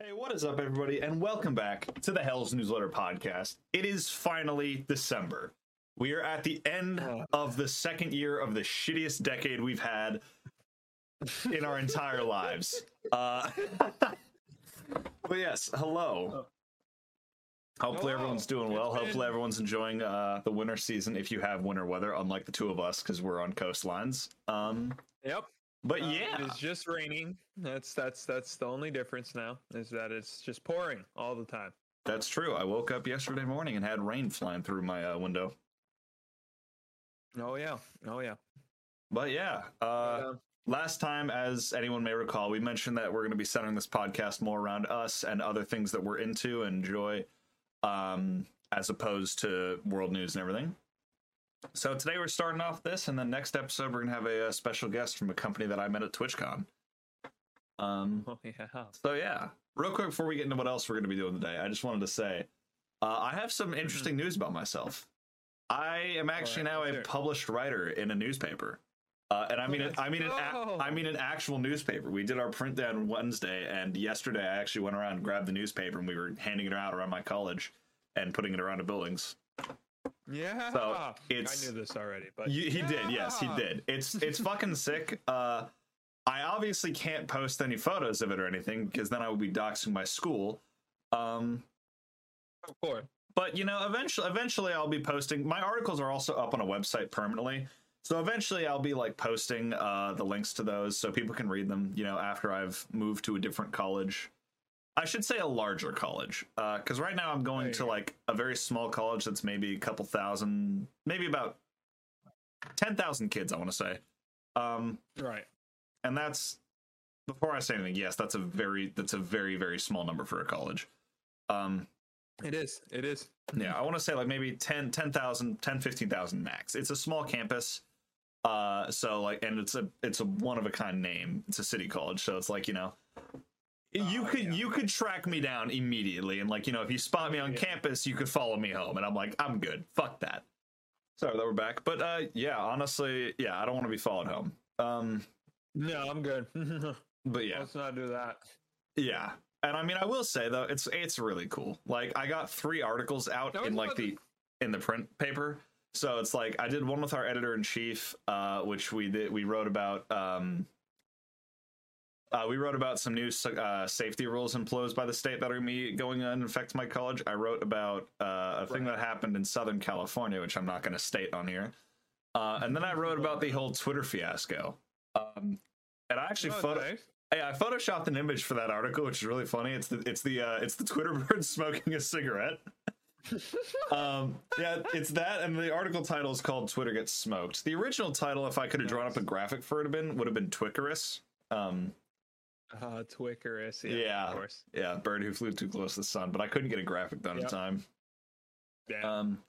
Hey, what is up, everybody, and welcome back to the Hell's Newsletter Podcast. It is finally December. We are at the end Uh. of the second year of the shittiest decade we've had in our entire lives. Uh, but yes, hello. Hopefully, Oh. Hello. everyone's doing well. It's been- Hopefully, everyone's enjoying uh, the winter season if you have winter weather, unlike the two of us, because we're on coastlines. Um, Yep. but uh, yeah, It's just raining. That's that's that's the only difference now is that it's just pouring all the time. That's true. I woke up yesterday morning and had rain flying through my uh, window. Oh yeah. Oh yeah. But yeah, uh, But, last time, as anyone may recall, we mentioned that we're going to be centering this podcast more around us and other things that we're into and enjoy, um, as opposed to world news and everything. So today we're starting off this, and then next episode we're going to have a, uh special guest from a company that I met at TwitchCon. Um, uh, oh yeah. so yeah, real quick before we get into what else we're going to be doing today, I just wanted to say uh, I have some interesting news about myself. I am actually Mm-hmm. right, now let's a hear it. published writer in a newspaper, uh, and I mean, let's I mean, an a, go. I mean an actual newspaper. We did our print down Wednesday, and yesterday I actually went around and grabbed the newspaper, and we were handing it out around my college and putting it around to buildings. Yeah. it's- I knew this already, but You, he did, yes, he Yeah. did. It's it's fucking sick. Uh, I obviously can't post any photos of it or anything because then I would be doxing my school. Um, of course. but you know eventually eventually i'll be posting my articles are also up on a website permanently so eventually i'll be like posting uh, the links to those so people can read them you know after i've moved to a different college i should say a larger college because right now i'm going to Right. like a very small college that's maybe a couple thousand maybe about 10000 kids i want to say um, Right. and that's before i say anything yes that's a very that's a very very small number for a college um, It is. It is. yeah i want to say like maybe 10 10000 10 15000 max it's a small campus uh so like and it's a it's a one of a kind name it's a city college so it's like you know you Oh, could yeah. you could track me down immediately and like you know if you spot me on Yeah. campus you could follow me home and i'm like i'm good fuck that sorry that we're back but uh yeah honestly yeah i don't want to be followed home um No, I'm good. but yeah Let's not do that. yeah and i mean i will say though it's it's really cool like i got three articles out No, in it's like not- the in the print paper so it's like i did one with our editor in chief uh which we did we wrote about um uh, we wrote about some new uh, safety rules imposed by the state that are me going on and affect my college. I wrote about uh, a thing that happened in Southern California, which I'm not going to state on here. Uh, and then I wrote about the whole Twitter fiasco. Um, and I actually Oh, photo- nice. Hey, I photoshopped an image for that article, which is really funny. It's the it's the uh, it's the Twitter bird smoking a cigarette. um, yeah, it's that, and the article title is called "Twitter Gets Smoked." The original title, if I could have drawn up a graphic for it, have been would have been Twickerous. Um, Uh, Twickerus. Yeah, Yeah. Of course. yeah, bird who flew too close to the sun, but I couldn't get a graphic done in Yep. time. Yeah. Um,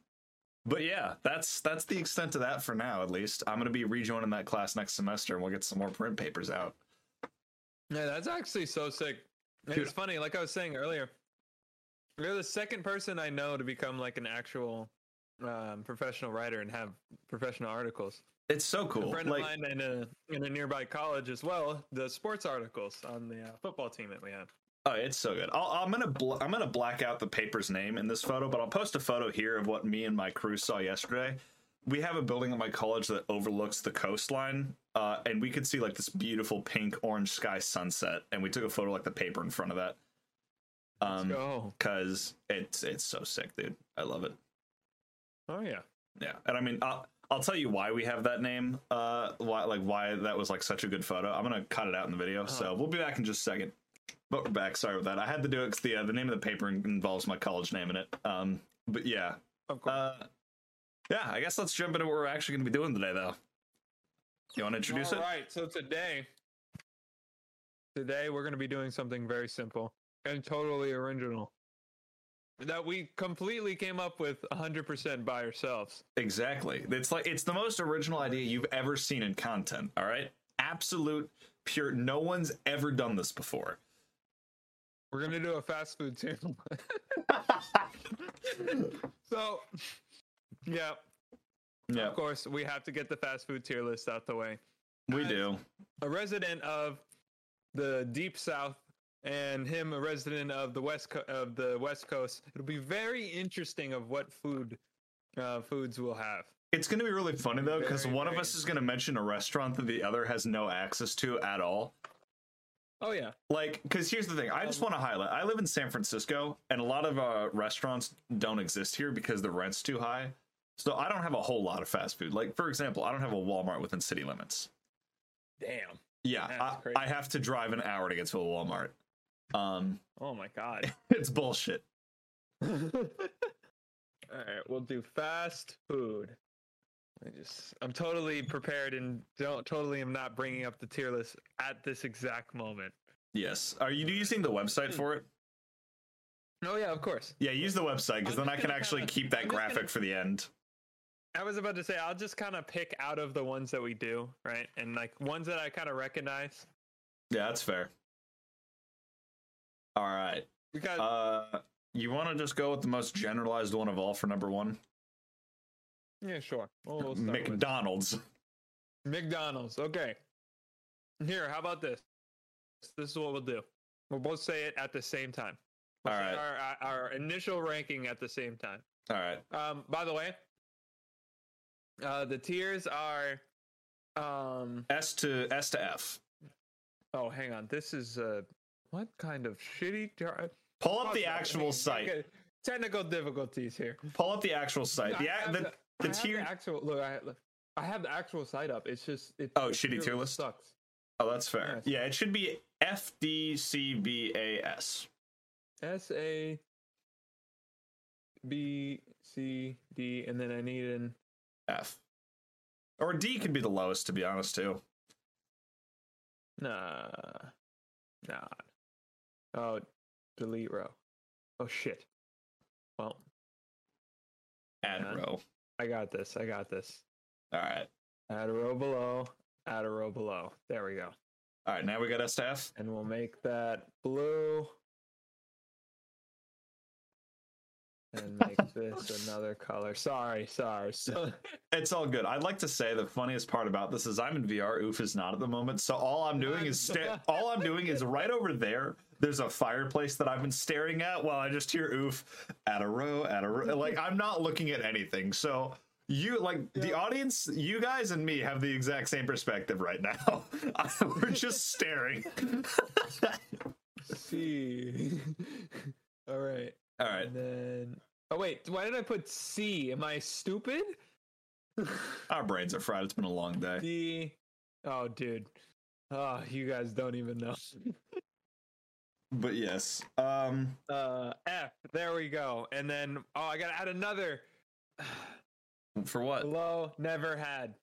but yeah, that's that's the extent of that for now, at least. I'm gonna be rejoining that class next semester, and we'll get some more print papers out. Yeah, that's actually so sick. And Dude. It's funny, like I was saying earlier, you're the second person I know to become like an actual um, professional writer and have professional articles. It's so cool. A friend like, of mine in a in a nearby college as well, the sports articles on the uh, football team that we have. Oh, it's so good. I'll, I'm gonna bl- I'm gonna black out the paper's name in this photo, but I'll post a photo here of what me and my crew saw yesterday. We have a building at my college that overlooks the coastline, uh, and we could see like this beautiful pink orange sky sunset. And we took a photo like the paper in front of that, um, oh, because it's it's so sick, dude. I love it. oh yeah, Yeah, and I mean, I'll, I'll tell you why we have that name. Uh, why like why that was like such a good photo. I'm gonna cut it out in the video, so we'll be back in just a second. But we're back. Sorry about that. I had to do it because the uh, the name of the paper in- involves my college name in it. Um, but yeah, of course. uh, yeah. I guess let's jump into what we're actually gonna be doing today, though. You want to introduce All it? right, so today, today we're going to be doing something very simple and totally original that we completely came up with 100% by ourselves. Exactly. It's like it's the most original idea you've ever seen in content. All right, absolute pure. No one's ever done this before. We're gonna do a fast food too. so, yeah, Yeah, of course we have to get the fast food tier list out the way. we do. A resident of the deep south and him a resident of the west co- of the west coast it'll be very interesting of what food uh, foods we'll have It's going to be really funny though, because Very one of nice. us is going to mention a restaurant that the other has no access to at all. oh yeah Like, because here's the thing I just want to highlight I live in San Francisco, and a lot of uh, restaurants don't exist here because the rent's too high. So I don't have a whole lot of fast food. Like, for example, I don't have a Walmart within city limits. damn Yeah, That's I, crazy. I have to drive an hour to get to a Walmart. Um, oh my god it's bullshit. all right we'll do fast food I just I'm totally prepared and don't totally am not bringing up the tier list at this exact moment. Yes. Are you using the website Hmm. for it? Oh yeah, of course. Yeah, use the website because I'm then I just can gonna actually kinda- keep that I'm just gonna- graphic for the end. I was about to say I'll just kind of pick out of the ones that we do, right? And like ones that I kind of recognize. Yeah, that's fair. All right. We got Uh, you want to just go with the most generalized one of all for number one? yeah, sure. We'll- we'll start with- McDonald's. McDonald's. Okay. Here, how about this? This is what we'll do. We'll both say it at the same time. We'll All say right. Our, our- our initial ranking at the same time. All right. Um, by the way, uh, the tiers are. Um, S to S to F. oh, hang on. This is uh, what kind of shitty. Jar- Pull up Fuck the that. actual site. Oh, Okay, Technical difficulties here. Pull up the actual site. I Yeah, have the, I the have tier. actual look. I, look, I have the actual site up. It's just it. Oh, the shitty tier list? sucks. Oh, that's fair. Yeah, it should be F D C B A S. S A B C D, and then I need an F. Or D could be the lowest, to be honest, too. nah, nah. Oh, delete row. Oh shit. Well, Add Yeah. row. I got this. I got this. All right. Add a row below. Add a row below. There we go. All right. Now we got S to F. And we'll make that blue. And make this another color. Sorry, sorry. So, It's all good. I'd like to say the funniest part about this is I'm in VR. Oof is not at the moment, so all I'm doing is sta- all I'm doing is right over there. There's a fireplace that I've been staring at while I just hear Oof at a row at a row. Like I'm not looking at anything. So you like the Yeah. audience, you guys and me have the exact same perspective right now. We're just staring. C. All right. all right, And then. Oh, wait. Why did I put C? Am I stupid? our brains are fried. It's been a long day. D. Oh, dude. Oh, you guys don't even know. But yes, um, Uh, F. There we go. And then, oh, I got to add another. for what? Below, never had.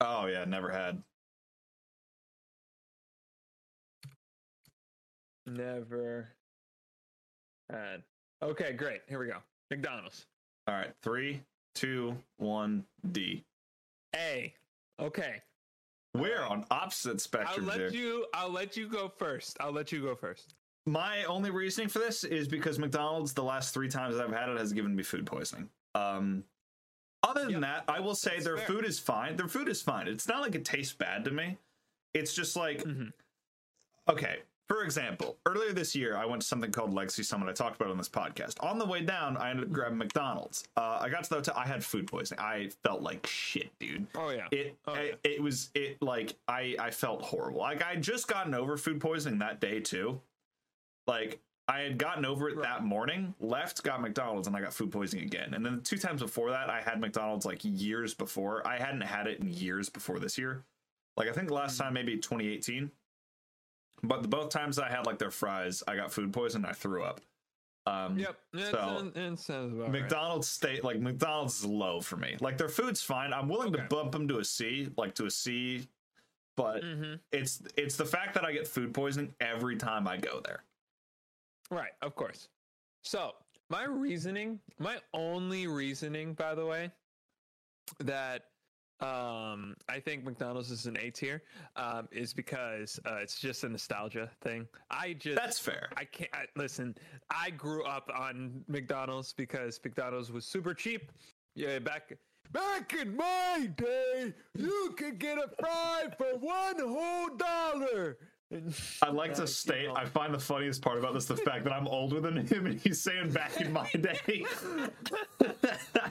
Oh yeah, never had. Never had. Okay, great. Here we go. McDonald's. All right, three, two, one, D. A. Okay. We're on opposite I'll spectrum here. let you I'll let you go first. I'll let you go first. My only reasoning for this is because McDonald's, the last three times that I've had it, has given me food poisoning. Um, other than Yep, that, I will say that's their fair. food is fine. Their food is fine. It's not like it tastes bad to me. It's just like Mhm. okay. For example, earlier this year, I went to something called Legacy Summit. I talked about it on this podcast. On the way down, I ended up grabbing McDonald's. Uh, I got to the hotel. I had food poisoning. I felt like shit, dude. Oh yeah. It Oh, I- yeah. it was it like I I felt horrible. Like I had just gotten over food poisoning that day too. Like I had gotten over it Right. that morning, left, got McDonald's, and I got food poisoning again. And then the two times before that, I had McDonald's like years before. I hadn't had it in years before this year. Like I think last Hmm. time maybe 2018. But the both times I had like their fries, I got food poisoning. I threw up. Um, Yep. That so, sound- that sounds about right. McDonald's state like McDonald's is low for me. Like their food's fine. I'm willing to Okay. bump them to a C, like to a C, but Mhm. it's it's the fact that I get food poisoning every time I go there. Right, of course. So, my reasoning, my only reasoning by the way, that um I think McDonald's is an A tier um is because uh, it's just a nostalgia thing. I just That's fair. I can't I, listen. I grew up on McDonald's because McDonald's was super cheap. Yeah, back back in my day, you could get a fry for one whole dollar. I'd like to state I find the funniest part about this the fact that I'm older than him and he's saying back in my day.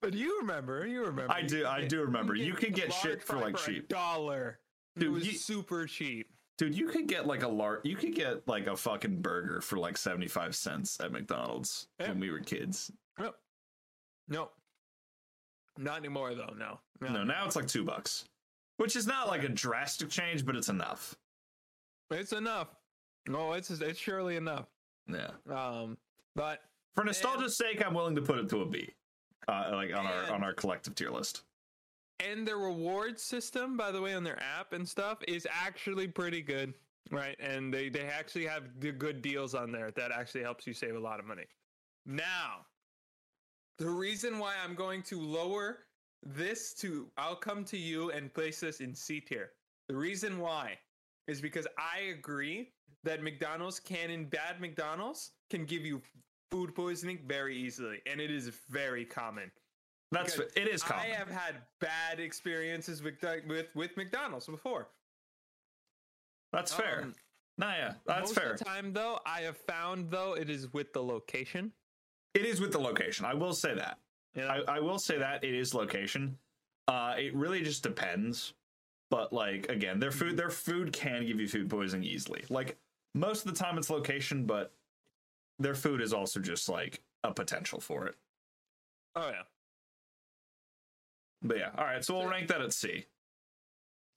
But you remember, you remember. I do I do remember. You could get shit for like cheap. dollar. it Dude, was you- super cheap. Dude, you could get like a lar- you could get like a fucking burger for like 75 cents at McDonald's Yeah. when we were kids. No, no, not anymore though. No, no. No, now it's like 2 bucks. Which is not like a drastic change, but it's enough. it's enough. No, it's it's surely enough. Yeah. Um, but For nostalgia's sake, I'm willing to put it to a B. Uh, like on our And- on our collective tier list. and their reward system, by the way, on their app and stuff is actually pretty good, right? And they they actually have the good deals on there that actually helps you save a lot of money. Now, the reason why I'm going to lower this to I'll come to you and place this in C tier. The reason why is because I agree that McDonald's can in bad McDonald's can give you food poisoning very easily and it is very common. That's Because it is common. I have had bad experiences with with with McDonald's before. That's fair. Um, nah, yeah, that's Most fair. Of the time though, I have found though it is with the location. It is with the location. I will say that. Yeah. I, I will say that it is location. Uh, it really just depends. But like again, their Mm-hmm. food their food can give you food poisoning easily. Like most of the time, it's location, but their food is also just like a potential for it. oh yeah, But yeah, all right. So we'll rank that at C.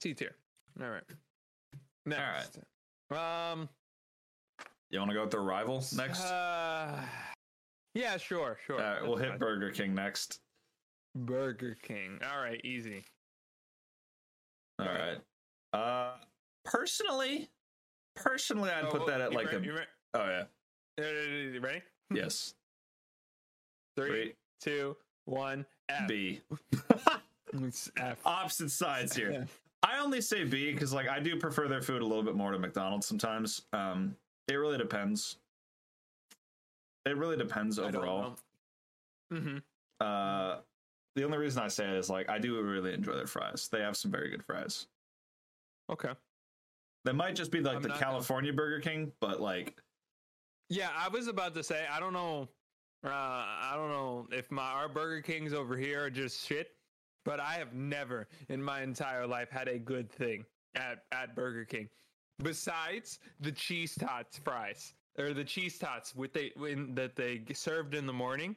C tier. All right. Next. Um. You want to go with their rival next? Uh, yeah, sure, sure. all right, we'll That's hit fine. Burger King next. Burger King. All right, easy. All right. Uh, personally, personally, I'd Oh, put well, that at you like re- a. you re- Oh yeah. uh, you ready? Yes. Three, Three. two, one. F. B. It's F. Opposite sides here. I only say B because like I do prefer their food a little bit more to McDonald's sometimes. Um, it really depends. It really depends overall. Mm-hmm. Uh, the only reason I say it is like I do really enjoy their fries. They have some very good fries. Okay. They might just be like I'm the not- California Burger King, but like Yeah, I was about to say I don't know, uh, I don't know if my our Burger Kings over here are just shit, but I have never in my entire life had a good thing at at Burger King, besides the cheese tots fries or the cheese tots with they in, that they served in the morning,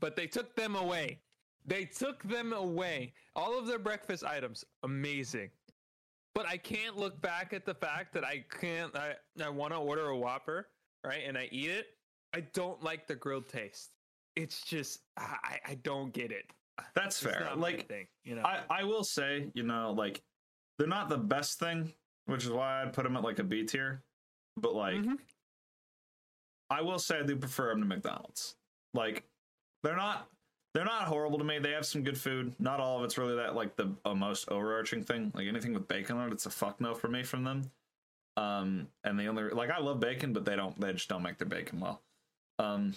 but they took them away. They took them away. All of their breakfast items, amazing. But I can't look back at the fact that I can't. I, I want to order a Whopper, right? And I eat it. I don't like the grilled taste. It's just I, I- I don't get it. that's It's fair. not my Like thing, you know. I I will say you know like they're not the best thing, which is why I'd put them at like a B tier. But like Mhm. I will say I do prefer them to McDonald's. Like they're not they're not horrible to me. They have some good food. Not all of it's really that like the uh, most overarching thing. Like anything with bacon on it, it's a fuck no for me from them. Um, and the only like I love bacon, but they don't they just don't make their bacon well. Um,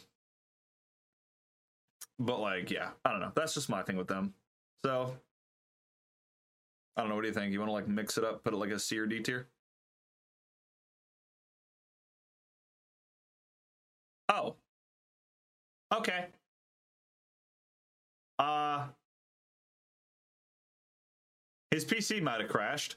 but like yeah, I don't know. That's just my thing with them. So I don't know. What do you think? You want to like mix it up? Put it like a C or D tier? Oh. Okay. Uh his PC might have crashed.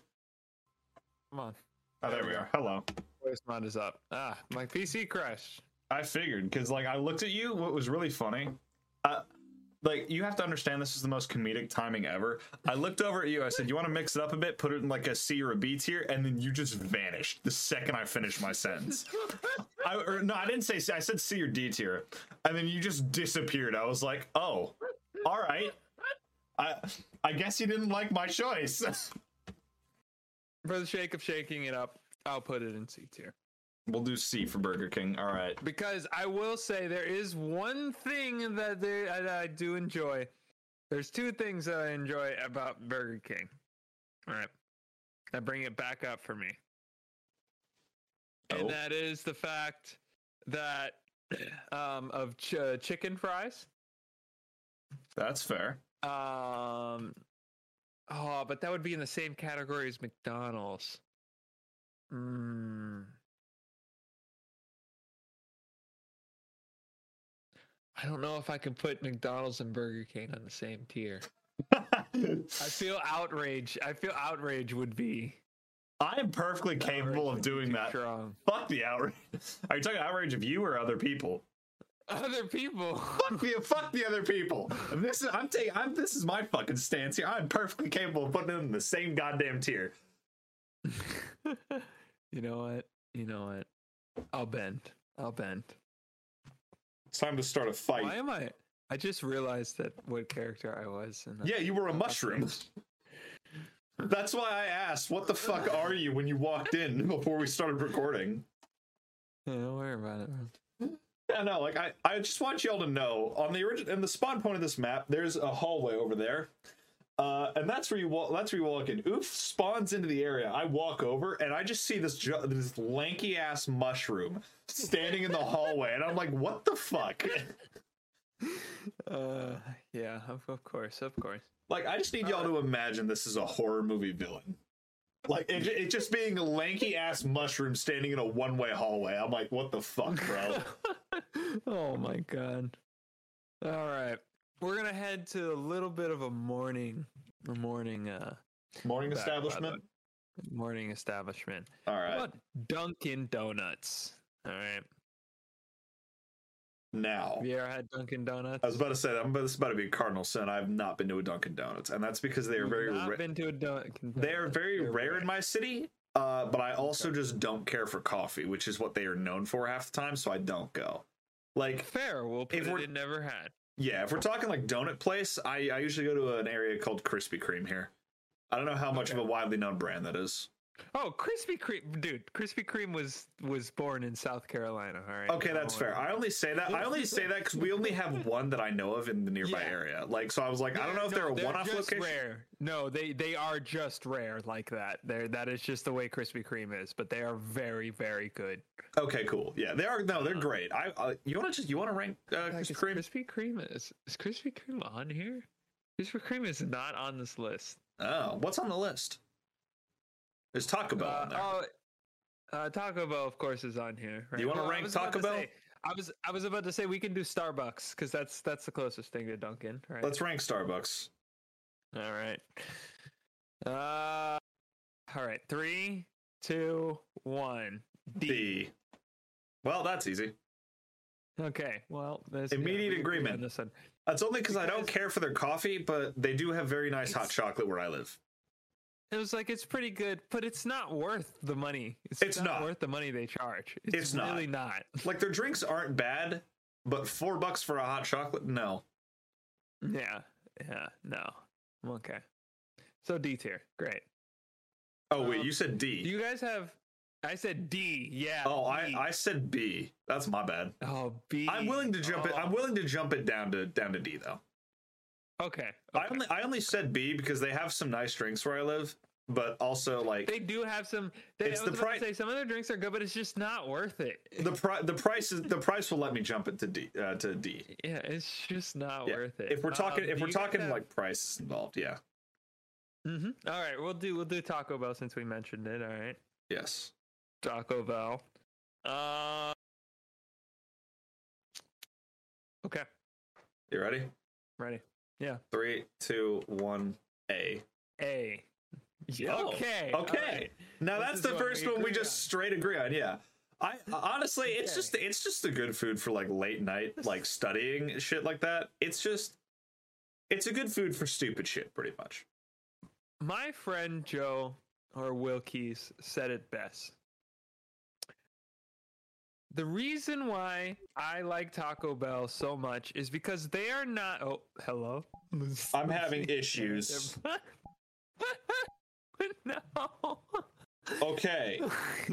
Come on, Oh, there we are. Hello. voice mod is up. Ah, my PC crashed. I figured because like I looked at you. What was really funny, uh, like you have to understand this is the most comedic timing ever. I looked over at you. I said, "You want to mix it up a bit? Put it in like a C or a B tier," and then you just vanished the second I finished my sentence. I or, no, I didn't say C. I said C or D tier, and then you just disappeared. I was like, "Oh, all right." I I guess you didn't like my choice. For the sake of shaking it up, I'll put it in C tier. we'll do C for Burger King. All right. Because I will say there is one thing that, they, that I do enjoy. There's two things that I enjoy about Burger King. All right. Now bring it back up for me. Oh. And that is the fact that um, of ch- uh, chicken fries. That's fair. Um, oh, but that would be in the same category as McDonald's. Mm. I don't know if I can put McDonald's and Burger King on the same tier. I feel outrage. I feel outrage would be I am perfectly capable of outrage would be doing too that. Strong. Fuck the outrage. Are you talking outrage of you or other people? Other people. Fuck the fuck the other people. This is I'm taking. I'm this is my fucking stance here. I'm perfectly capable of putting them in the same goddamn tier. you know what? You know what? I'll bend. I'll bend. It's time to start a fight. Why am I? I just realized that what character I was. And Yeah, you were a mushroom. That's why I asked, what the fuck are you when you walked in before we started recording? Yeah, don't worry about it. Yeah, no, like I, I just want y'all to know on the origin in the spawn point of this map, there's a hallway over there. Uh, and that's where you walk. That's where you walk in. Oof spawns into the area. I walk over and I just see this ju- this lanky ass mushroom standing in the hallway, and I'm like, "What the fuck?" Uh, yeah, of, of course, of course. Like, I just need y'all to imagine this is a horror movie villain. Like, it, it just being a lanky ass mushroom standing in a one way hallway. I'm like, "What the fuck, bro?" oh my god. All right. We're gonna head to a little bit of a morning a morning uh Morning Back, by the establishment. morning establishment. All How right, about Dunkin' Donuts? All right. now. Have you ever had Dunkin' Donuts? I was about to say that I'm about, this is about to be a cardinal sin. I've not been to a Dunkin' Donuts, and that's because they are You've very not ra- been to a Dunkin' they are Donuts. very They're rare in my city. Uh, but I also just don't care for coffee, which is what they are known for half the time. So I don't go. Like, fair. We'll put If it we're- in never had. yeah, if we're talking like donut place, I, I usually go to an area called Krispy Kreme here. I don't know how much of a widely known brand that is. Oh, Krispy Kreme, dude. Krispy Kreme was was born in South Carolina. All right. Okay, that's fair. I only say that I only say that because we only have one that I know of in the nearby Yeah. area. Like, so I was like, I don't know if No, they're a one-off just location. Rare. No, they they are just rare like that. They're, that is just the way Krispy Kreme is. But they are very very good. Okay, cool. Yeah, they are. No, they're great. I uh, you want to just you want to rank uh, Uh-huh. Like, Krispy is Kreme? Krispy Kreme is is Krispy Kreme on here? Krispy Kreme is not on this list. Oh, what's on the list? There's Taco Bell on there. Uh, oh, uh, Taco Bell, of course, is on here. Right? you wanna Oh, I rank was about Taco to Bell? say- I was I was about to say we can do Starbucks because that's that's the closest thing to Dunkin', right? Let's rank Starbucks. All right. Uh, all right. Three, two, one. D. Well, that's easy. Okay. Well, there's Immediate we agree agreement. on this one. That's only because I don't Because- care for their coffee, but they do have very nice hot It's- chocolate where I live. It was like it's pretty good, but it's not worth the money. It's not. worth the money they charge. It's, It's not. really not. Like their drinks aren't bad, but four bucks for a hot chocolate? No. Yeah. Yeah. No. Okay. So D tier. Great. Oh wait, Um, you said D. Do you guys have? I said D. Yeah. oh, D. I I said B. That's my bad. Oh B. I'm willing to jump it. I'm Oh, willing to jump it down to down to D though. okay. I okay. only I only said B because they have some nice drinks where I live, but also like They do have some. They, It's I was the about to pri- say some of their drinks are good, but it's just not worth it. the pri- the price is the price will let me jump it to D uh, to D. Yeah, it's just not Yeah. worth it. If we're talking Um, if do we're you guys talking have- like prices involved, yeah. Mhm. All right, we'll do we'll do Taco Bell since we mentioned it. All right, Yes. Taco Bell. Uh, okay, You ready? ready. Three, two, one, A. A. Yo. Okay. all Okay. right. Now This that's is the what first we one we agree just on. straight agree on, yeah. I honestly it's Okay. just it's just a good food for like late night This- like studying shit like that. It's just it's a good food for stupid shit pretty much. My friend Joe or Wilkies said it best. The reason why I like Taco Bell so much is because they are not. Oh, hello. I'm having issues. no. Okay.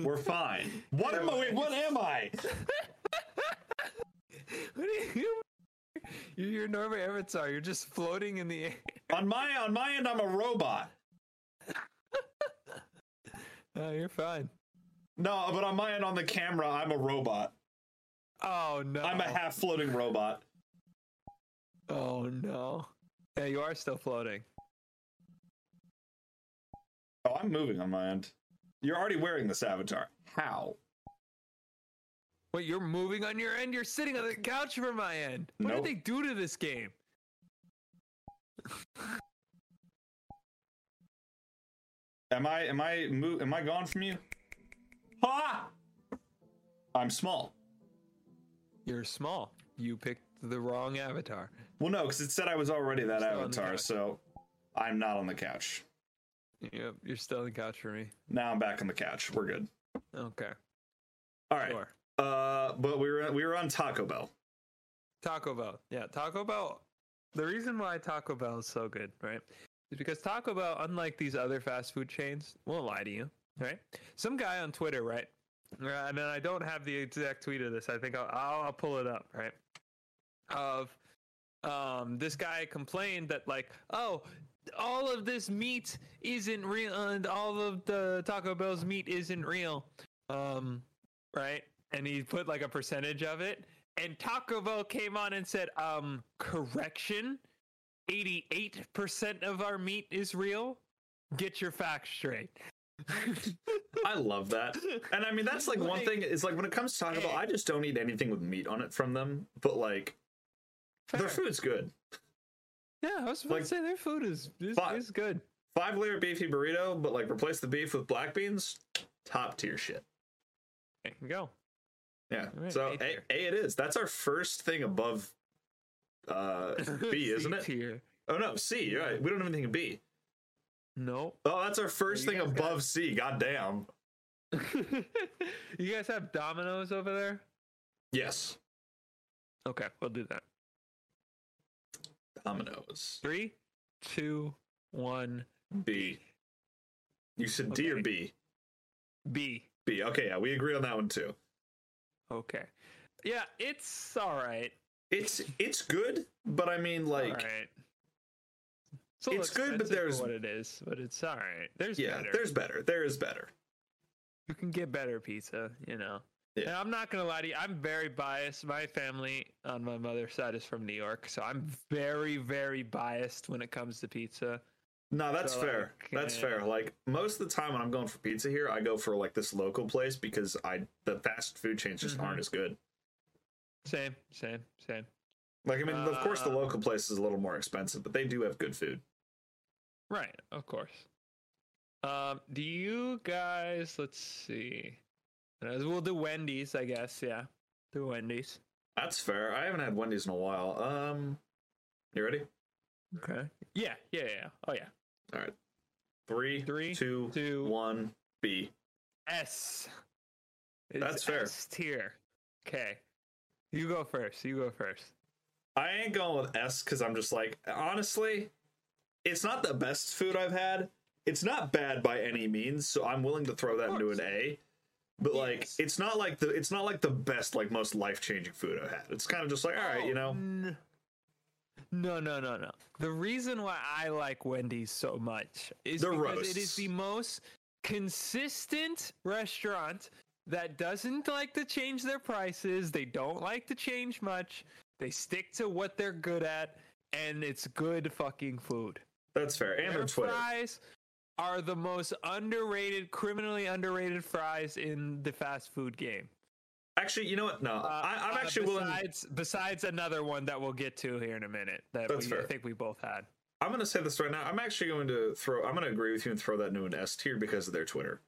We're fine. What am I? What am I? What are you? You're Norbert Evitar. You're just floating in the air. On my on my end, I'm a robot. Oh, you're fine. No, but on my end, on the camera, I'm a robot. Oh no. I'm a half floating robot. Oh no. Yeah, you are still floating. Oh, I'm moving on my end. You're already wearing this avatar. How? Wait, you're moving on your end. You're sitting on the couch from my end. What Nope. did they do to this game? Am I am I mo- am I gone from you? Ha! I'm small. You're small. You picked the wrong avatar. Well, no, because it said I was already that Still on the avatar, couch. so I'm not on the couch. Yep, you're still on the couch for me. Now I'm back on the couch. We're good. Okay, All right. sure. Uh, but we were we were on Taco Bell. Taco Bell. Yeah, Taco Bell. The reason why Taco Bell is so good, right, is because Taco Bell, unlike these other fast food chains, won't lie to you, right? Some guy on Twitter, right, uh, and I don't have the exact tweet of this. I think I'll, I'll, I'll pull it up, right? Of um, this guy complained that like, oh, all of this meat isn't real, and all of the Taco Bell's meat isn't real, um, right? And he put like a percentage of it, and Taco Bell came on and said, um, correction, 88% of our meat is real. Get your facts straight. I love that. And I mean, that's like one Like- thing is like when it comes to Taco Bell, I just don't eat anything with meat on it from them. But like their Fair. food's good. Yeah, I was about Like- to say their food is is, But- is good. Five layer beefy burrito, but like replace the beef with black beans. Top tier shit. There you go. Yeah. Alright, so A a, tier. a it is. That's our first thing above uh B, isn't it? Tier. Oh no, C. You're right. We don't even think of B. No. Oh, that's our first you thing guys got- above C. God damn. you guys have Domino's over there? Yes. Okay, we'll do that. Dominoes. Three, two, one, B. You said D or Okay. B? B. B. Okay, yeah, we agree on that one too. Okay. Yeah, it's all right. It's it's good, but I mean like all right. It's, a it's good, little but expensive for there's- what it is, but it's all right. There's yeah, better. there's better. There is better. you can get better pizza, you know. Yeah. And I'm not gonna lie to you, I'm very biased. My family on my mother's side is from New York, so I'm very, very biased when it comes to pizza. No, that's So, fair. like, that's uh, fair. Like most of the time when I'm going for pizza here, I go for like this local place because I the fast food chains just Mhm. aren't as good. Same, same, same. Like I mean, of course the Uh, local place is a little more expensive, but they do have good food. Right, of course. Um, do you guys let's see. Uh, We'll do Wendy's, I guess, yeah. Do Wendy's. That's fair. I haven't had Wendy's in a while. Um, you ready? Okay. Yeah, yeah, yeah. Oh yeah. All right. Three, Three, two, two, one, B. S. It's That's fair. S tier. Okay. You go first. You go first. I ain't going with S because I'm just like, honestly, it's not the best food I've had. It's not bad by any means, so I'm willing to throw that into an A. But like, Yes. it's not like the it's not like the best, like most life changing food I've had. It's kind of just like, all right, you know, Oh, n- No, no, no, no. The reason why I like Wendy's so much is Their because it roasts. is the most consistent restaurant that doesn't like to change their prices. They don't like to change much. They stick to what they're good at, and it's good fucking food. that's fair. And their Twitter, fries are the most underrated, criminally underrated fries in the fast food game. actually, you know what? No, Uh, I, I'm uh, actually willing. besides, Besides another one that we'll get to here in a minute that That's we, I fair. think we both had. I'm gonna say this right now. I'm actually going to throw. I'm gonna agree with you and throw that into an S tier because of their Twitter.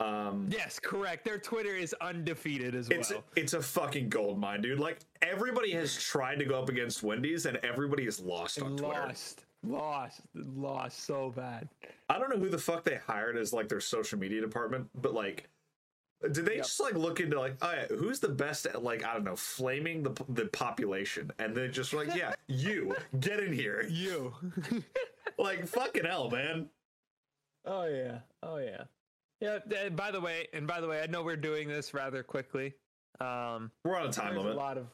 Um, Yes, correct. Their Twitter is undefeated as It's well. it's a fucking gold mine, dude. Like everybody has tried to go up against Wendy's, and everybody has lost on And Twitter. lost, lost, lost so bad. I don't know who the fuck they hired as like their social media department, but like, did they Yep. just like look into like, oh, yeah, who's the best at like I don't know, flaming the the population, and they just like, yeah, you get in here, You. like fucking hell, man. oh yeah. Oh yeah. Yeah. th- By the way, and by the way, I know we're doing this rather quickly. Um, We're on a time there's limit. a lot of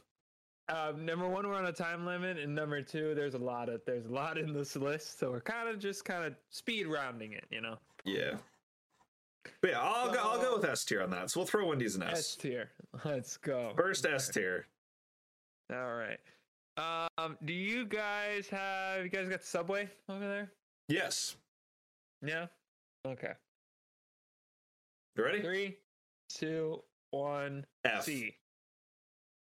uh, number one we're on a time limit and number two there's a lot of there's a lot in this list so we're kind of just kind of speed rounding it you know Yeah. But yeah, I'll go. I'll go with S tier on that. So we'll throw Wendy's an s S. tier let's go First S tier. all right um do you guys have you guys got subway over there Yes. yeah okay You ready? Three, two, one. F. C.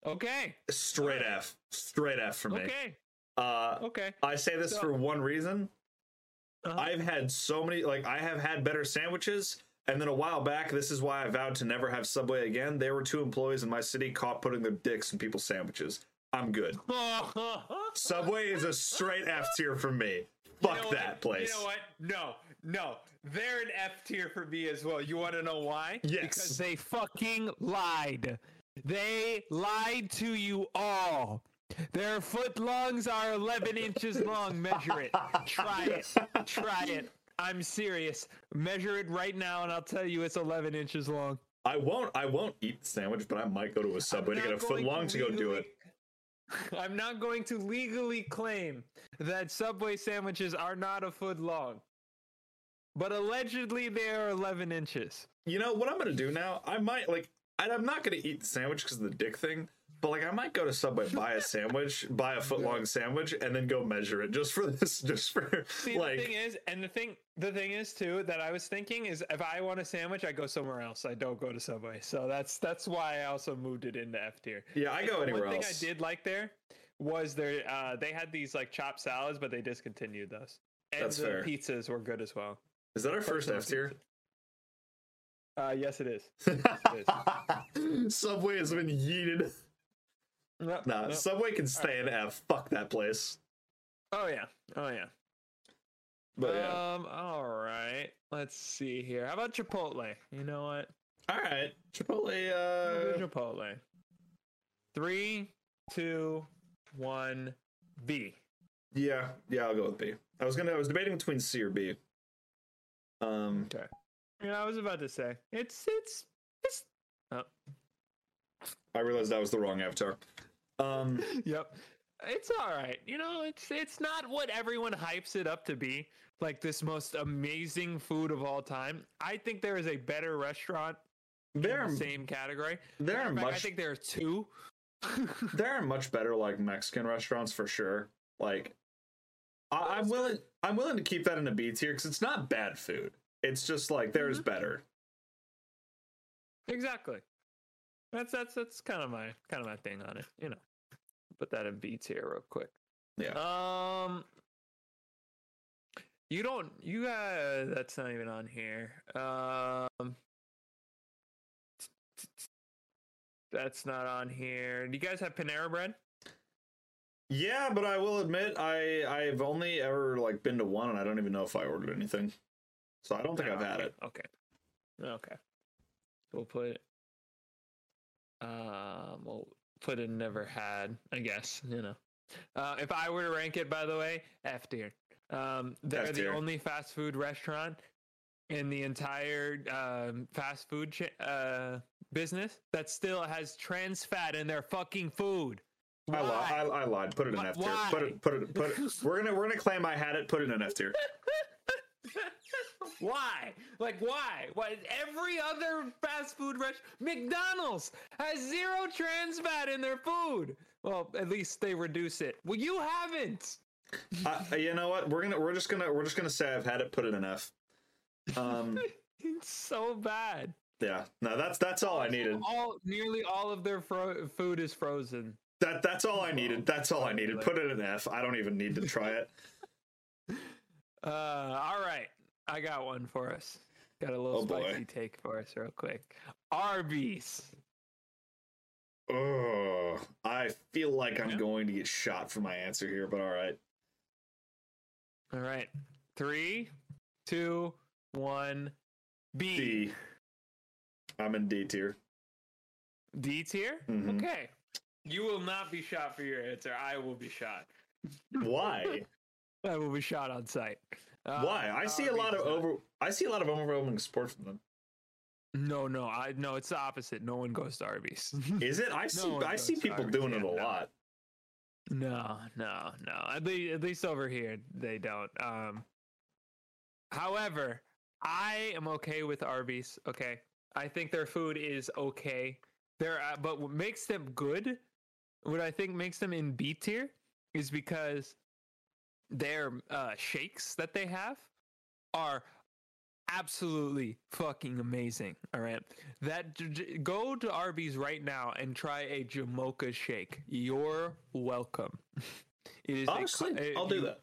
Okay. Straight Alright. F. Straight F for me. Okay. Uh, Okay. I say this So- for one reason. Uh-huh. I've had so many, like, I have had better sandwiches. And then a while back, this is why I vowed to never have Subway again. There were two employees in my city caught putting their dicks in people's sandwiches. I'm good. Oh, Subway is a straight F tier for me. You Fuck know that what? place. You know what? No, no. They're an F tier for me as well. You want to know why? Yes. Because they fucking lied. They lied to you all. Their footlongs are 11 inches long. Measure it. Try it. Try it. I'm serious. Measure it right now, and I'll tell you it's 11 inches long. I won't. I won't eat the sandwich, but I might go to a Subway to not get a foot going long to go do legally- it. I'm not going to legally claim that Subway sandwiches are not a foot long, but allegedly they are 11 inches. You know what I'm gonna do now? I might like. I, I'm not gonna eat the sandwich because of the dick thing, but like I might go to Subway, buy a sandwich, buy a foot long sandwich, and then go measure it just for this, just for See, the thing like. is, and the thing, the thing is too that I was thinking is if I want a sandwich, I go somewhere else. I don't go to Subway, so that's that's why I also moved it into F tier. Yeah, I go anywhere One thing else. I did like there was their uh, they had these like chopped salads, but they discontinued those. And That's the fair. pizzas were good as well. Is that our first F tier? Uh, yes, it is. Subway has been yeeted. Yep, Nah, yep. Subway can stay in F. Fuck that place. Oh yeah. Oh yeah. But yeah. Um. All right. Let's see here. How about Chipotle? You know what? All right, Chipotle. Uh, Chipotle. Three, two, one. B. yeah, yeah, I'll go with B. I was gonna. I was debating between C or B. Um. Okay. Yeah, I was about to say it's it's it's. I realized that was the wrong avatar. Um, Yep. It's all right. You know, it's it's not what everyone hypes it up to be. Like this most amazing food of all time. I think there is a better restaurant there, in are, the same category. there are In fact, I much think there are two. there are much better like Mexican restaurants for sure. Like, Oh, I, I'm that's willing I'm willing to keep that in a B tier because it's not bad food. It's just like there's Mhm. better. Exactly. That's that's that's kind of my kind of my thing on it, you know. Put that in B tier real quick. Yeah. Um. You don't. You got. That's not even on here. Um. That's not on here. Do you guys have Panera Bread? Yeah, but I will admit I I've only ever like been to one and I don't even know if I ordered anything. So I don't think I've No, had okay, it. Okay. Okay. We'll put um we'll put in never had, I guess, you know. Uh if I were to rank it by the way, F tier. Um they're F the tier. only fast food restaurant in the entire um, fast food cha- uh business that still has trans fat in their fucking food. I, li- Why? I, I lied. Put it in Why- F tier. Put it. Put it. Put it. We're gonna we're gonna claim I had it. Put it in F tier. why? Like why? Why every other fast food restaurant, McDonald's has zero trans fat in their food. Well, at least they reduce it. Well, you haven't. I- Uh, you know what? We're gonna we're just gonna we're just gonna say I've had it. Put it in F. Um. It's so bad. Yeah, no, that's that's all Oh, I needed. All nearly all of their fro- food is frozen. That that's all I needed. That's all I needed. Put it in F. I don't even need to try it. Uh, all right, I got one for us. Got a little Oh, boy. spicy take for us, real quick. Arby's. Oh, I feel like I'm Yeah. going to get shot for my answer here, but all right. All right, three, two, one. B. D. I'm in D tier. D tier? Mhm. Okay. You will not be shot for your answer. I will be shot. Why? I will be shot on sight. Uh, Why? I see a lot of Arby's is not- over. I see a lot of overwhelming support from them. No, no, I no. It's the opposite. No one goes to Arby's. Is it? I see. one I see goes people Arby's, doing yeah, it a no. lot. no, no, no. At least, at least over here they don't. Um. However, I am okay with Arby's. Okay, I think their food is okay. There, uh, but what makes them good, what I think makes them in B tier, is because their uh, shakes that they have are absolutely fucking amazing. All right, that j- j- go to Arby's right now and try a Jamocha shake. You're welcome. It is a cl- Honestly, uh, I'll do you- that.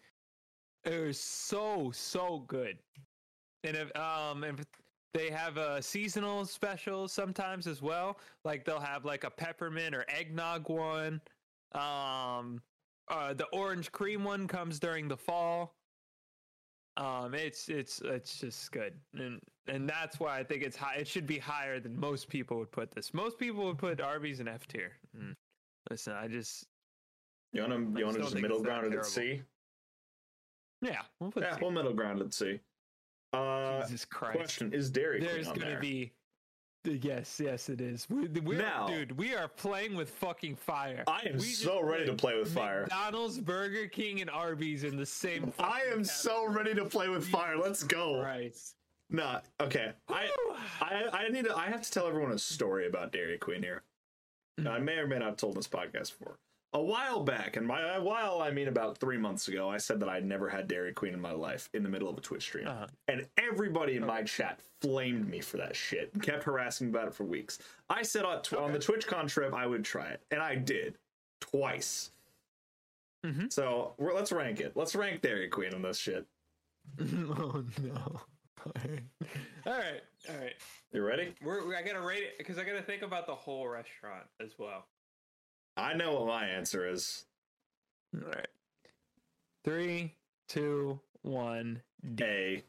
It was so so good, and if um if they have a seasonal special sometimes as well. Like they'll have like a peppermint or eggnog one. Um, uh, the orange cream one comes during the fall. Um, it's it's it's just good, and and that's why I think it's high. It should be higher than most people would put this. Most people would put Arby's in F tier. Mm. Listen, I just You want to you I want to just don't just think middle it's that ground it at terrible. C? yeah, we'll put Yeah, C. we'll middle ground it at C. Uh, Jesus Christ. question is Dairy Queen There's on gonna there? be. Yes, yes, it is. We're, we're, Now- dude, we are playing with fucking fire. I am We just so ready to put play with fire. McDonald's, Burger King, and Arby's in the same. I fucking am so ready to play with fire. Let's go. category. Nah, okay. I, Woo! I I need to I have to tell everyone a story about Dairy Queen here. Hmm. Now, I may or may not have told this podcast before. A while back, and by a while I mean about three months ago, I said that I never had Dairy Queen in my life in the middle of a Twitch stream. Uh-huh. And everybody in my chat flamed me for that shit and kept harassing about it for weeks. I said on, tw- on the TwitchCon trip I would try it, and I did twice. Mhm. So we're, let's rank it. Let's rank Dairy Queen on this shit. oh no! All right, all right, all right. You ready? We're, we- I gotta rate it because I gotta think about the whole restaurant as well. I know what my answer is. All right, three, two, one. A.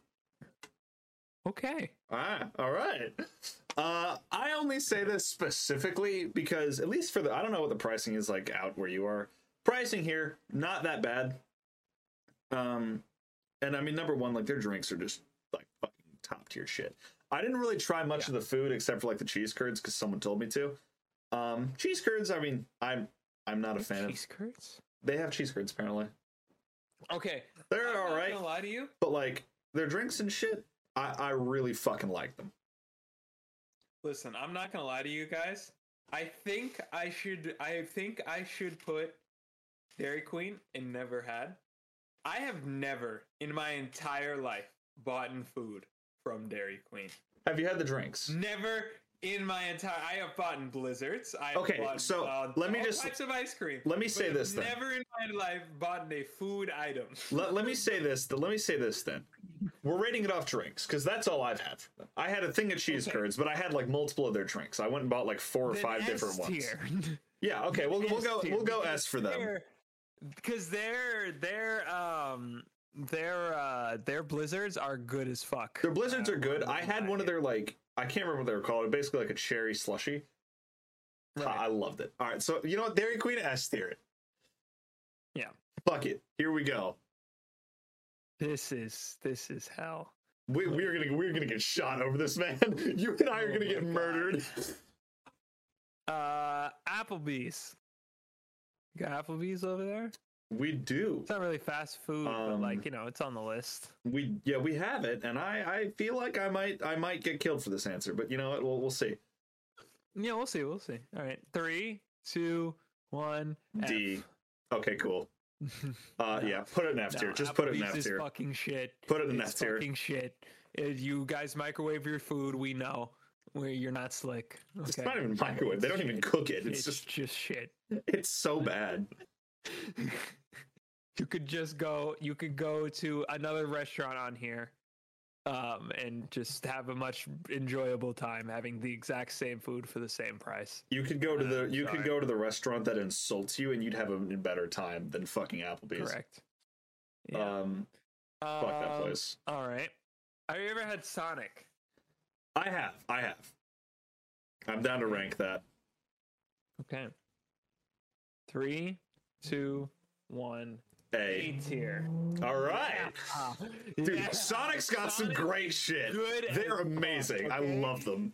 Okay. Ah, all right. Uh, I only say this specifically because, at least for the, I don't know what the pricing is like out where you are. Pricing here, not that bad. Um, and I mean, number one, like their drinks are just like fucking top tier shit. I didn't really try much of the food except for like the cheese curds because someone told me to. Um, cheese curds, I mean, I'm I'm not a fan of. Cheese curds. They have cheese curds apparently. Okay. They're all I'm not right, gonna lie to you. but like their drinks and shit, I I really fucking like them. Listen, I'm not gonna lie to you guys. I think I should. I think I should put Dairy Queen and never had. I have never in my entire life bought in food from Dairy Queen. Have you had the drinks? Never in my entire. I have bought in blizzards. I have Okay, bought, so uh, let me all just- types of ice cream. Let me say But this then. Never in my life bought in a food item. Let, let me say this. Let me say this then. We're rating it off drinks because that's all I've had. From them. I had a thing of cheese Okay. curds, but I had like multiple of their drinks. I went and bought like four or Then five different S ones. tier. Yeah. Okay. We'll, we'll S go. tier, We'll go because S for them. they're- because their their um their uh their blizzards are good as fuck. Their blizzards Uh, are good. I had one of their like I can't remember what they were called. Basically like a cherry slushy. I- Right. I loved it. All right. So you know what? Dairy Queen S tier. it. Yeah. Fuck it. Here we go. This is this is hell. We, we are gonna we're gonna get shot over this man. You and I are Oh gonna my get God. murdered. Uh, Applebee's. You got Applebee's over there. We do. It's not really fast food, but Um, like you know, it's on the list. We yeah, we have it, and I I feel like I might I might get killed for this answer, but you know what? We'll we'll see. Yeah, we'll see. We'll see. All right, three, two, one. F. D. Okay, cool. Uh, yeah, put it in F No, tier. Just put it in Applebee's F is tier. Fucking shit. Put it in It's F tier. Fucking shit. Uh, You guys microwave your food. We know. Where you're not slick. Okay. It's not even microwave. They don't even Shit. cook it. It's It's just just shit. it's so bad. you could just go. You could go to another restaurant on here, um, and just have a much enjoyable time having the exact same food for the same price. You could go to Uh, the you could sorry. go to the restaurant that insults you, and you'd have a better time than fucking Applebee's. Correct. Yeah. Um, fuck that Um, place. All right. Have you ever had Sonic? I have, I have. I'm down to rank that. Okay. Three, two, one. A. Eight tier. All right. Dude, Yeah. Sonic's got some Sonic- great shit. good as They're fuck, amazing. I okay? love them.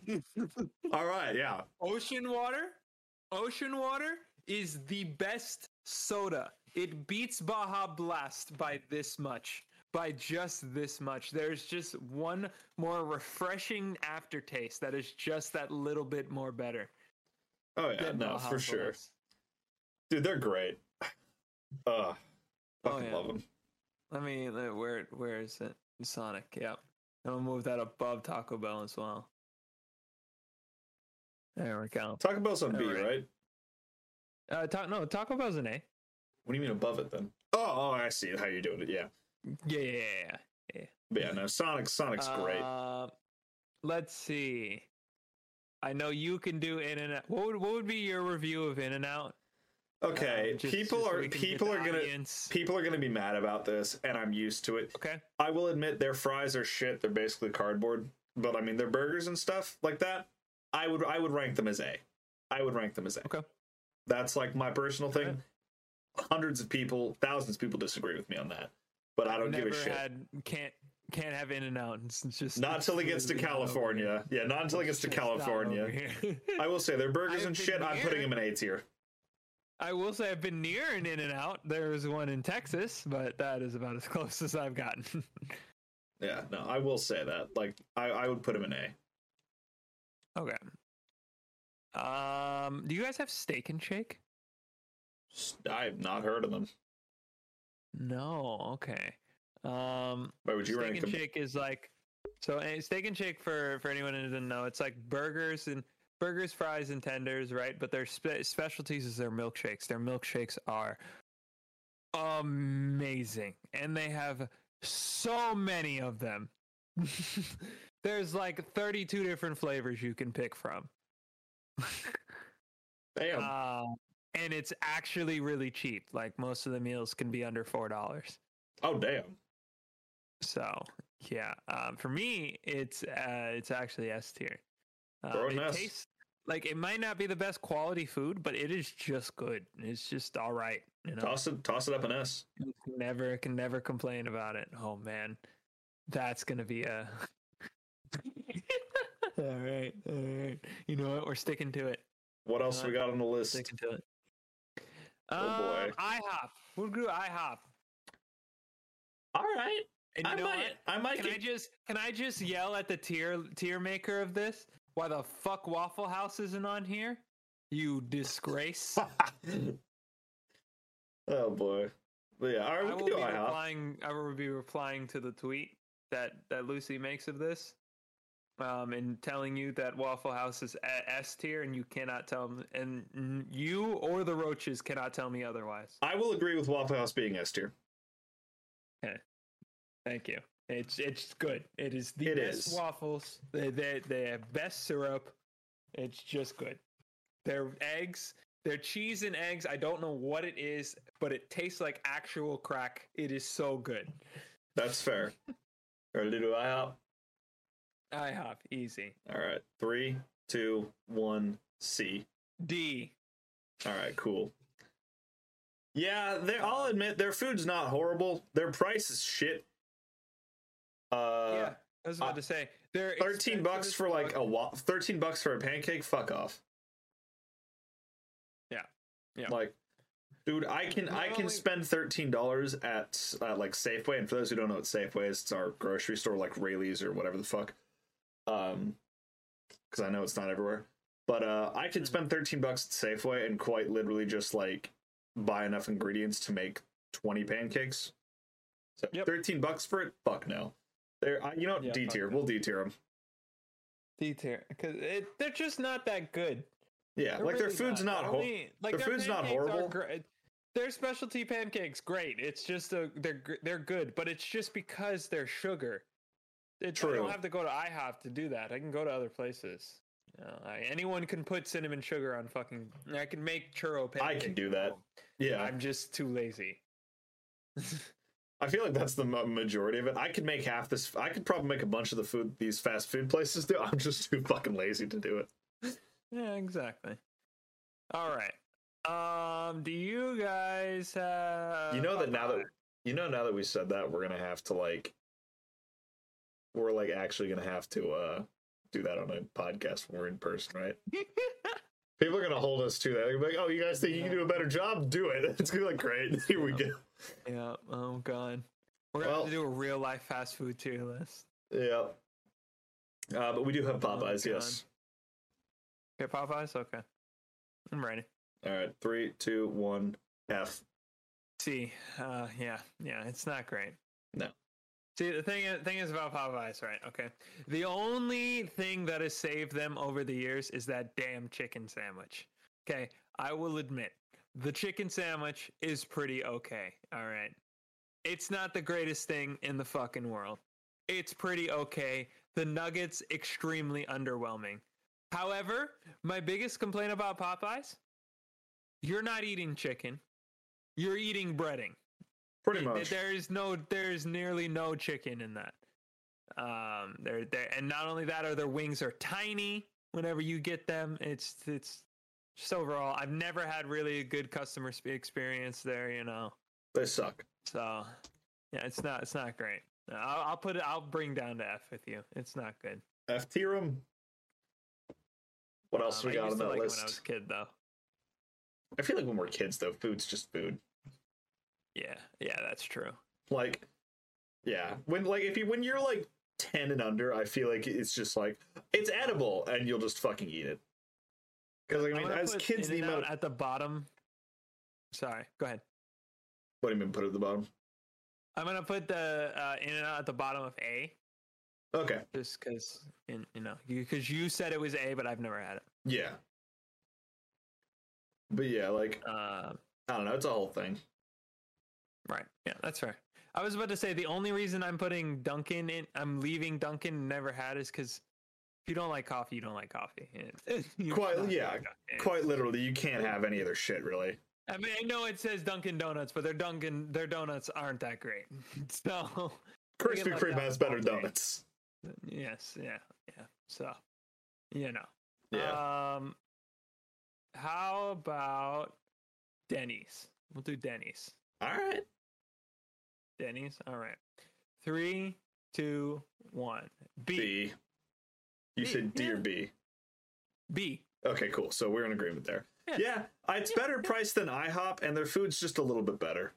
All right, yeah. Ocean water. Ocean water is the best soda. It beats Baja Blast by this much. By just this much. There's just one more refreshing aftertaste that is just that little bit more better. Oh yeah, than no, Baja for sure. Blast. Dude, they're great. Ugh. Oh, Fucking yeah. love them. Let me. Where? Where is it? Sonic. Yep. And we'll move that above Taco Bell as well. There we go. Taco Bell's on B, Alright. right? Uh, ta- no, Taco Bell's an A. What do you mean above it then? Oh, oh, I see how you're doing it. Yeah, Yeah, yeah, yeah, yeah. but yeah. No, Sonic. Sonic's great. Uh, Let's see. I know you can do In and Out. What would what would be your review of In and Out? Um, Okay, people are people are gonna people are gonna be mad about this, and I'm used to it. okay. I will admit their fries are shit. They're basically cardboard, but I mean their burgers and stuff like that. I would I would rank them as A. I would rank them as A. Okay. That's like my personal thing. Alright. Hundreds of people, thousands of people disagree with me on that, but I don't Never give a shit. had can't can't have In and Out. It's just Not it's till he gets to literally not over here. California. Yeah, not until he gets to It's not over California. here. I will say their burgers I've and been shit. I'm here. putting them in A tier. I will say I've been near an In and Out. There was one in Texas, but that is about as close as I've gotten. Yeah, no, I will say that. Like, I, I would put them in A. okay. Um, do you guys have Steak and Shake? S- I have not heard of them. No. Okay. Um, Why would you steak rank and them? shake is like so uh, steak and shake for for anyone who doesn't know it's like burgers and burgers fries and tenders right but their spe- specialties is their milkshakes their milkshakes are amazing and they have so many of them there's like 32 different flavors you can pick from Damn. uh, and it's actually really cheap like most of the meals can be under four dollars oh, damn. So yeah, um, for me, it's uh, it's actually S tier. Uh, Throw an it S. tastes like it might not be the best quality food, but it is just good. It's just all right. You know, Toss it, toss it up an S. Can never can never complain about it. Oh man, that's gonna be a. all right, all right. You know what? We're sticking to it. What else Uh, we got on the list? Sticking to it. Oh, boy. Um, IHOP. We'll do IHOP. All right, And you I know might, what? I might Can I get. just can I just yell at the tier tier maker of this? Why the fuck Waffle House isn't on here? You disgrace! oh boy, but yeah. All right, I we will can be do IHOP. replying. I will be replying to the tweet that that Lucy makes of this, um, and telling you that Waffle House is at S tier, and you cannot tell m- and n- you or the roaches cannot tell me otherwise. I will agree with Waffle House being S tier. Thank you. It's it's good. It is the It best is. waffles. They they they have best syrup. It's just good. Their eggs, their cheese and eggs. I don't know what it is, but it tastes like actual crack. It is so good. That's fair. Ready to do IHOP? IHOP, easy. All right, three, two, one, C. D. All right, cool. Yeah, they. Um, I'll admit their food's not horrible. Their price is shit. yeah, Uh, I was about uh, to say they're thirteen expensive bucks as for like fuck. a wa- thirteen bucks for a pancake. Fuck off. Yeah. Yeah. Like, dude, I can Not I can only- spend thirteen dollars at uh, like Safeway, and for those who don't know what Safeway is, it's our grocery store, like Rayleigh's or whatever the fuck. Um, because I know it's not everywhere, but uh, I could Mhm. spend thirteen bucks at Safeway and quite literally just like buy enough ingredients to make twenty pancakes. So Yep. thirteen bucks for it? Fuck no. There, I, you know, what? Yeah, D fuck tier. no. We'll D tier them. D tier because they're just not that good. Yeah, They're like their really food's not, They're whole. only- like their food's not pancakes are horrible. gre- Their specialty pancakes, great. It's just a, they're gr- they're good, but it's just because they're sugar. It's, I True. don't have to go to IHOP to do that. I can go to other places. Uh, I, anyone can put cinnamon sugar on fucking. I can make churro pancakes. I can do at that. home. Yeah, I'm just too lazy. I feel like that's the ma- majority of it. I could make half this. I could probably make a bunch of the food these fast food places do. I'm just too fucking lazy to do it. Yeah, exactly. All right. Um, do you guys have? You know that now that Popeye? you know now that we said that, we're gonna have to like, we're like actually gonna have to uh do that on a podcast when we're in person, right? People are gonna hold us to that. They're gonna be like, oh, you guys think you can do a better job? Do it. It's gonna be like great. Here we go. Yeah. Oh god. We're gonna Well- have to do a real life fast food tier list. Yeah. Uh, but we do have Oh, Popeyes, God. yes. Okay, Popeyes. Okay, I'm ready. All right, three, two, one, F. See, uh, yeah, yeah, it's not great. No. See, the thing the thing is about Popeyes, right? Okay, the only thing that has saved them over the years is that damn chicken sandwich. Okay, I will admit the chicken sandwich is pretty okay. All right, it's not the greatest thing in the fucking world. It's pretty okay. The nuggets extremely underwhelming. However, my biggest complaint about Popeyes, you're not eating chicken, you're eating breading. Pretty Th- much. There is no, there is nearly no chicken in that. Um, there, there, and not only that, are their wings are tiny. Whenever you get them, it's it's just overall. I've never had really a good customer sp- experience there. You know, They suck. so yeah, it's not it's not great. I'll, I'll put it. I'll bring down to F with you. It's not good. F tier 'em. What else Um, we I got used on to that like it list? when I was a kid though. I feel like when we're kids, though, food's just food. Yeah, yeah, that's true. like yeah when like if you when you're like 10 and under i feel like it's just like it's edible and you'll just fucking eat it because like, i mean wanna as put kids the In-N-Out amount at the bottom. Sorry, go ahead. what do you mean put it at the bottom I'm gonna put the uh, in and out at the bottom of A, okay just because you know you because you said it was A, but I've never had it. yeah but yeah like Um, i don't know it's a whole thing right? Yeah, that's fair. I was about to say the only reason I'm putting Dunkin' in, I'm leaving Dunkin' and never had is because if you don't like coffee, you don't like coffee. It's- you're Eh, Quite- not yeah, gonna like Dunkin'. quite literally you can't have any other shit really I mean, I know it says Dunkin' Donuts, but their Dunkin' their donuts aren't that great. So krispy like kreme that has better all day. donuts yes, yeah, yeah. So you know. yeah Um, how about Denny's? We'll do Denny's. all right Denny's. All right. Three, two, one. B. b you B, said d or yeah. b B. okay cool so we're in agreement there Yeah. yeah it's Yeah, better priced than ihop and their food's just a little bit better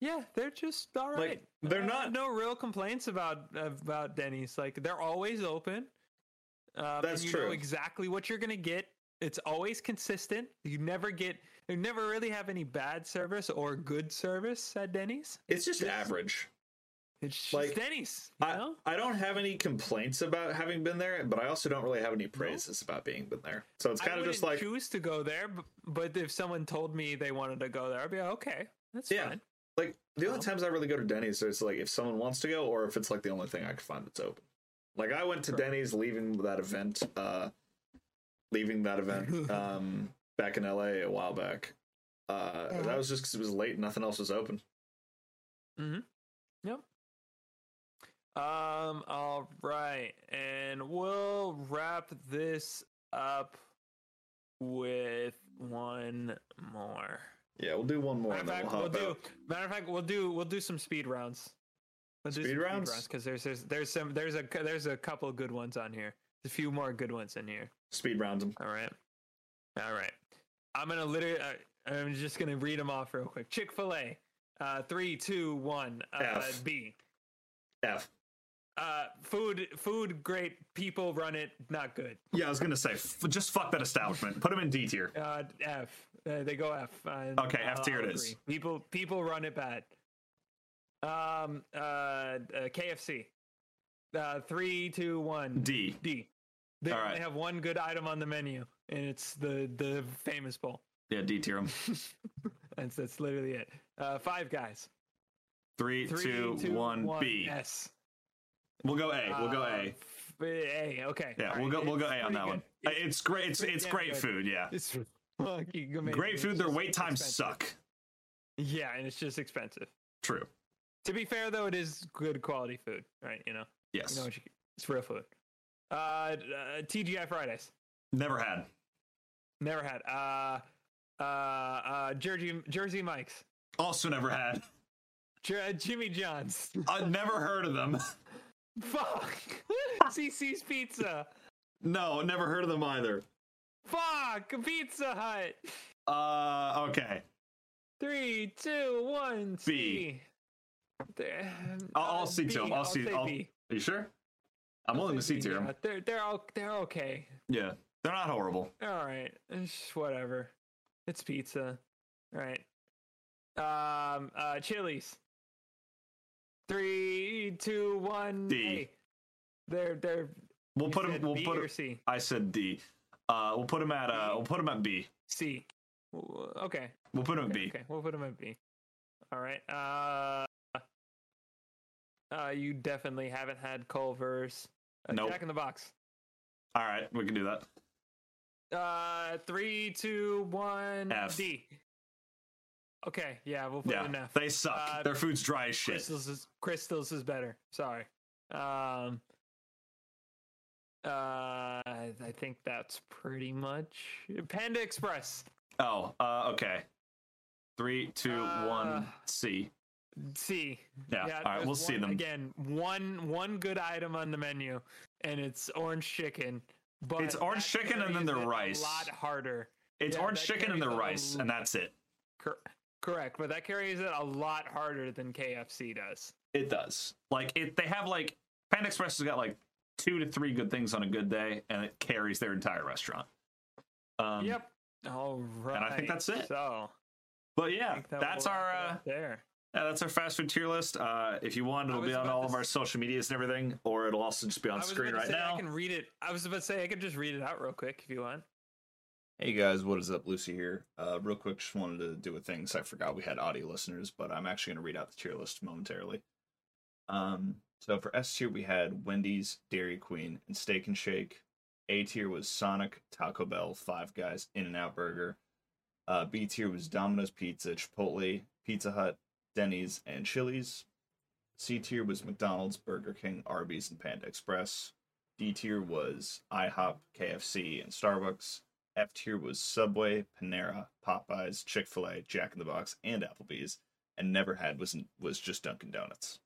Yeah, they're just all Like, right. Uh, they're I have not- no real complaints about about Denny's. Like they're always open. Um, That's and you true. know exactly what you're gonna get. It's always consistent. You never get. You never really have any bad service or good service at Denny's. It's just Yes. average. It's just Like, Denny's. You I, know? I don't have any complaints about having been there, but I also don't really have any praises about being been there. So it's I kind of just like wouldn't choose to go there, b- but if someone told me they wanted to go there, I'd be like, okay, that's Yeah. fine. like the only Oh. times I really go to Denny's is like if someone wants to go or if it's like the only thing I can find that's open. Like I went to Sure. Denny's leaving that event, uh leaving that event um back in LA a while back. Uh that Uh-huh. was just cuz it was late, nothing else was open. Um, all right, and we'll wrap this up with one more. Yeah, we'll do one more Matter and of then fact, we'll we'll hop do. out. Matter of fact, we'll do we'll do some speed rounds. We'll do Speed some rounds? because there's there's there's some there's a there's a couple good ones on here. There's a few more good ones in here. Speed round them. All right. All right. I'm going to literally, I I'm just going to read them off real quick. Chick fil A, uh, three, two, one, uh, F. B. F. Uh, food, food, great. People run it, not good. Yeah, I was going to say f- just fuck that establishment. Put them in D tier. Uh, F. Uh, they go F. Uh, Okay, F I'll- tier I'll it is. agree. People, people run it bad. Um, uh, uh KFC, uh, three, two, one, D. D. They All only right. have one good item on the menu, and it's the the famous bowl. Yeah, D tier them. That's that's literally it. Uh, five guys. Three, Three, two, one, B. S. We'll go A. We'll go Uh, A. f- A. Okay. Yeah, all we'll right, go. We'll go it's A on pretty that one. good. It's, great. It's pretty it's damn great good. food. Yeah, It's, it's fucking amazing. great It's food. Their just wait times expensive. suck. Yeah, and it's just expensive. True. To be fair, though, it is good quality food, right? You know, you Yes. know what you, it's real food. Uh, uh, TGI Fridays. Never had. Never had. Uh, uh, uh, Jersey Jersey Mike's. Also never had. Jer- Jimmy John's. I never heard of them. Fuck. CC's Pizza. No, never heard of them either. Fuck! Pizza Hut! Uh, okay. Three, two, one, B. C. There- I'll, I'll uh, see to B. them. I'll, see. say I'll, are B. you sure? I'm willing to see tier Yeah, them. They're they're all they're okay. Yeah, they're not horrible. They're all right. It's just whatever. It's pizza. All right. Um. Uh. Chili's. Three, two, one. D. A. They're they're. We'll you put him. said We'll B put. or Him, C. I said D. Uh, we'll put him at. Uh, we'll put him at B. C. W- Okay. We'll put him at Okay, B. okay, we'll put him at B. All right. Uh, uh, you definitely haven't had Culver's uh, Nope. Jack in the Box. All right, we can do that. Uh, three, two, one. F. D. Okay. Yeah, we'll put it in Yeah, F. they suck. Uh, Their food's dry as shit. Crystals is crystals is better. Sorry. Um. Uh, I think that's pretty much Panda Express. Oh, uh, okay. Three, two, one. Uh, C. C. Yeah. All right, there's we'll see one- them. again. One one good item on the menu, and it's orange chicken. But It's orange that chicken and then carries their it rice. A lot harder. It's yeah, orange that chicken and carries their a rice, l- and that's it. Cor- correct, but that carries it a lot harder than KFC does. It does. Like it, they have like Panda Express has got like two to three good things on a good day, and it carries their entire restaurant. Um, yep. All right. I think that's it. So But yeah, think that that's will our wrap it uh, up there. yeah, that's our fast food tier list. Uh, if you want, it'll was be on about all to of our s- social medias and everything, or it'll also just be on I was about screen to right say now. I can read it. I was about to say I could just read it out real quick if you want. Hey guys, what is up? Lucy here. Uh, real quick, just wanted to do a thing 'cause I forgot we had audio listeners, but I'm actually going to read out the tier list momentarily. Um, so for S tier, we had Wendy's, Dairy Queen, and Steak and Shake. A tier was Sonic, Taco Bell, Five Guys, In and Out Burger. Uh, B tier was Domino's Pizza, Chipotle, Pizza Hut, Denny's, and Chili's. C tier was McDonald's, Burger King, Arby's, and Panda Express. D tier was IHOP, KFC, and Starbucks. F tier was Subway, Panera, Popeyes, Chick Fil A, Jack in the Box, and Applebee's, and never had was was just Dunkin' Donuts.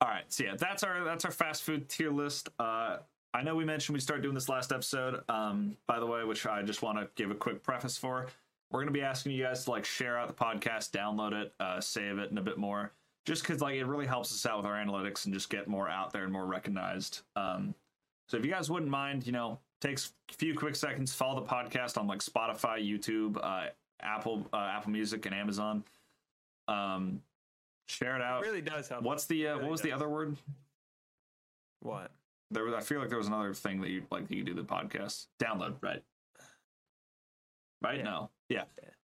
All right, so yeah, that's our that's our fast food tier list. Uh, I know we mentioned we start doing this last episode. Um, by the way, which I just want to give a quick preface for. We're gonna be asking you guys to like share out the podcast, download it, uh, save it, and a bit more, just because like it really helps us out with our analytics and just get more out there and more recognized. Um, so if you guys wouldn't mind, you know, takes a few quick seconds, follow the podcast on like Spotify, YouTube, uh, Apple, uh, Apple Music, and Amazon. Um, share it It out. really does help. What's the uh, really what was the does. other word? What? There was I feel like there was another thing that you like that you do the podcast download right. Right Yeah. now, yeah,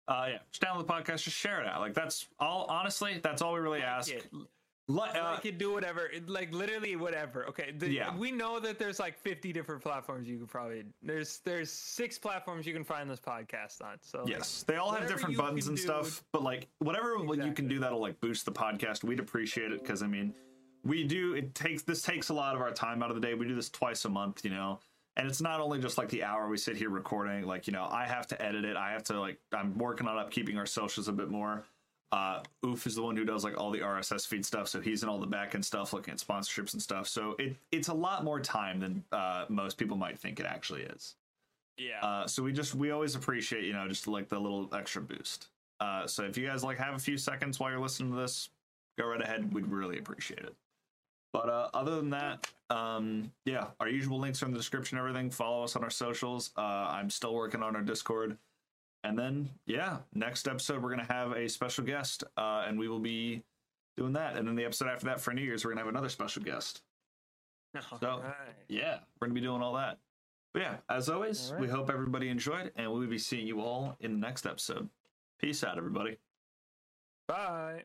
uh, yeah. Just download the podcast, just share it out. Like that's all. Honestly, that's all we really ask. It, Li- uh, like you do whatever, it, like literally whatever. Okay, the, Yeah. We know that there's like 50 different platforms you could probably there's there's six platforms you can find this podcast on. So like, Yes, they all have whatever different you buttons can and do- stuff, but like whatever you can Exactly. do that'll like boost the podcast, we'd appreciate it because I mean, we do it takes this takes a lot of our time out of the day. We do this twice a month, you know. And it's not only just like the hour we sit here recording, like, you know, I have to edit it. I have to like I'm working on upkeeping our socials a bit more. Uh Oof is the one who does like all the RSS feed stuff, so he's in all the back end stuff, looking at sponsorships and stuff. So it it's a lot more time than uh most people might think it actually is. yeah. Uh, so we just we always appreciate you know just like the little extra boost. Uh, so if you guys like have a few seconds while you're listening to this, go right ahead. We'd really appreciate it. But uh, other than that, um, yeah, our usual links are in the description. and Everything. Follow us on our socials. Uh, I'm still working on our Discord. And then yeah, next episode we're gonna have a special guest, uh, and we will be doing that. And then the episode after that for New Year's, we're gonna have another special guest. All so- right. Yeah, we're gonna be doing all that. But yeah, as always, All right. we hope everybody enjoyed, and we'll be seeing you all in the next episode. Peace out, everybody. Bye.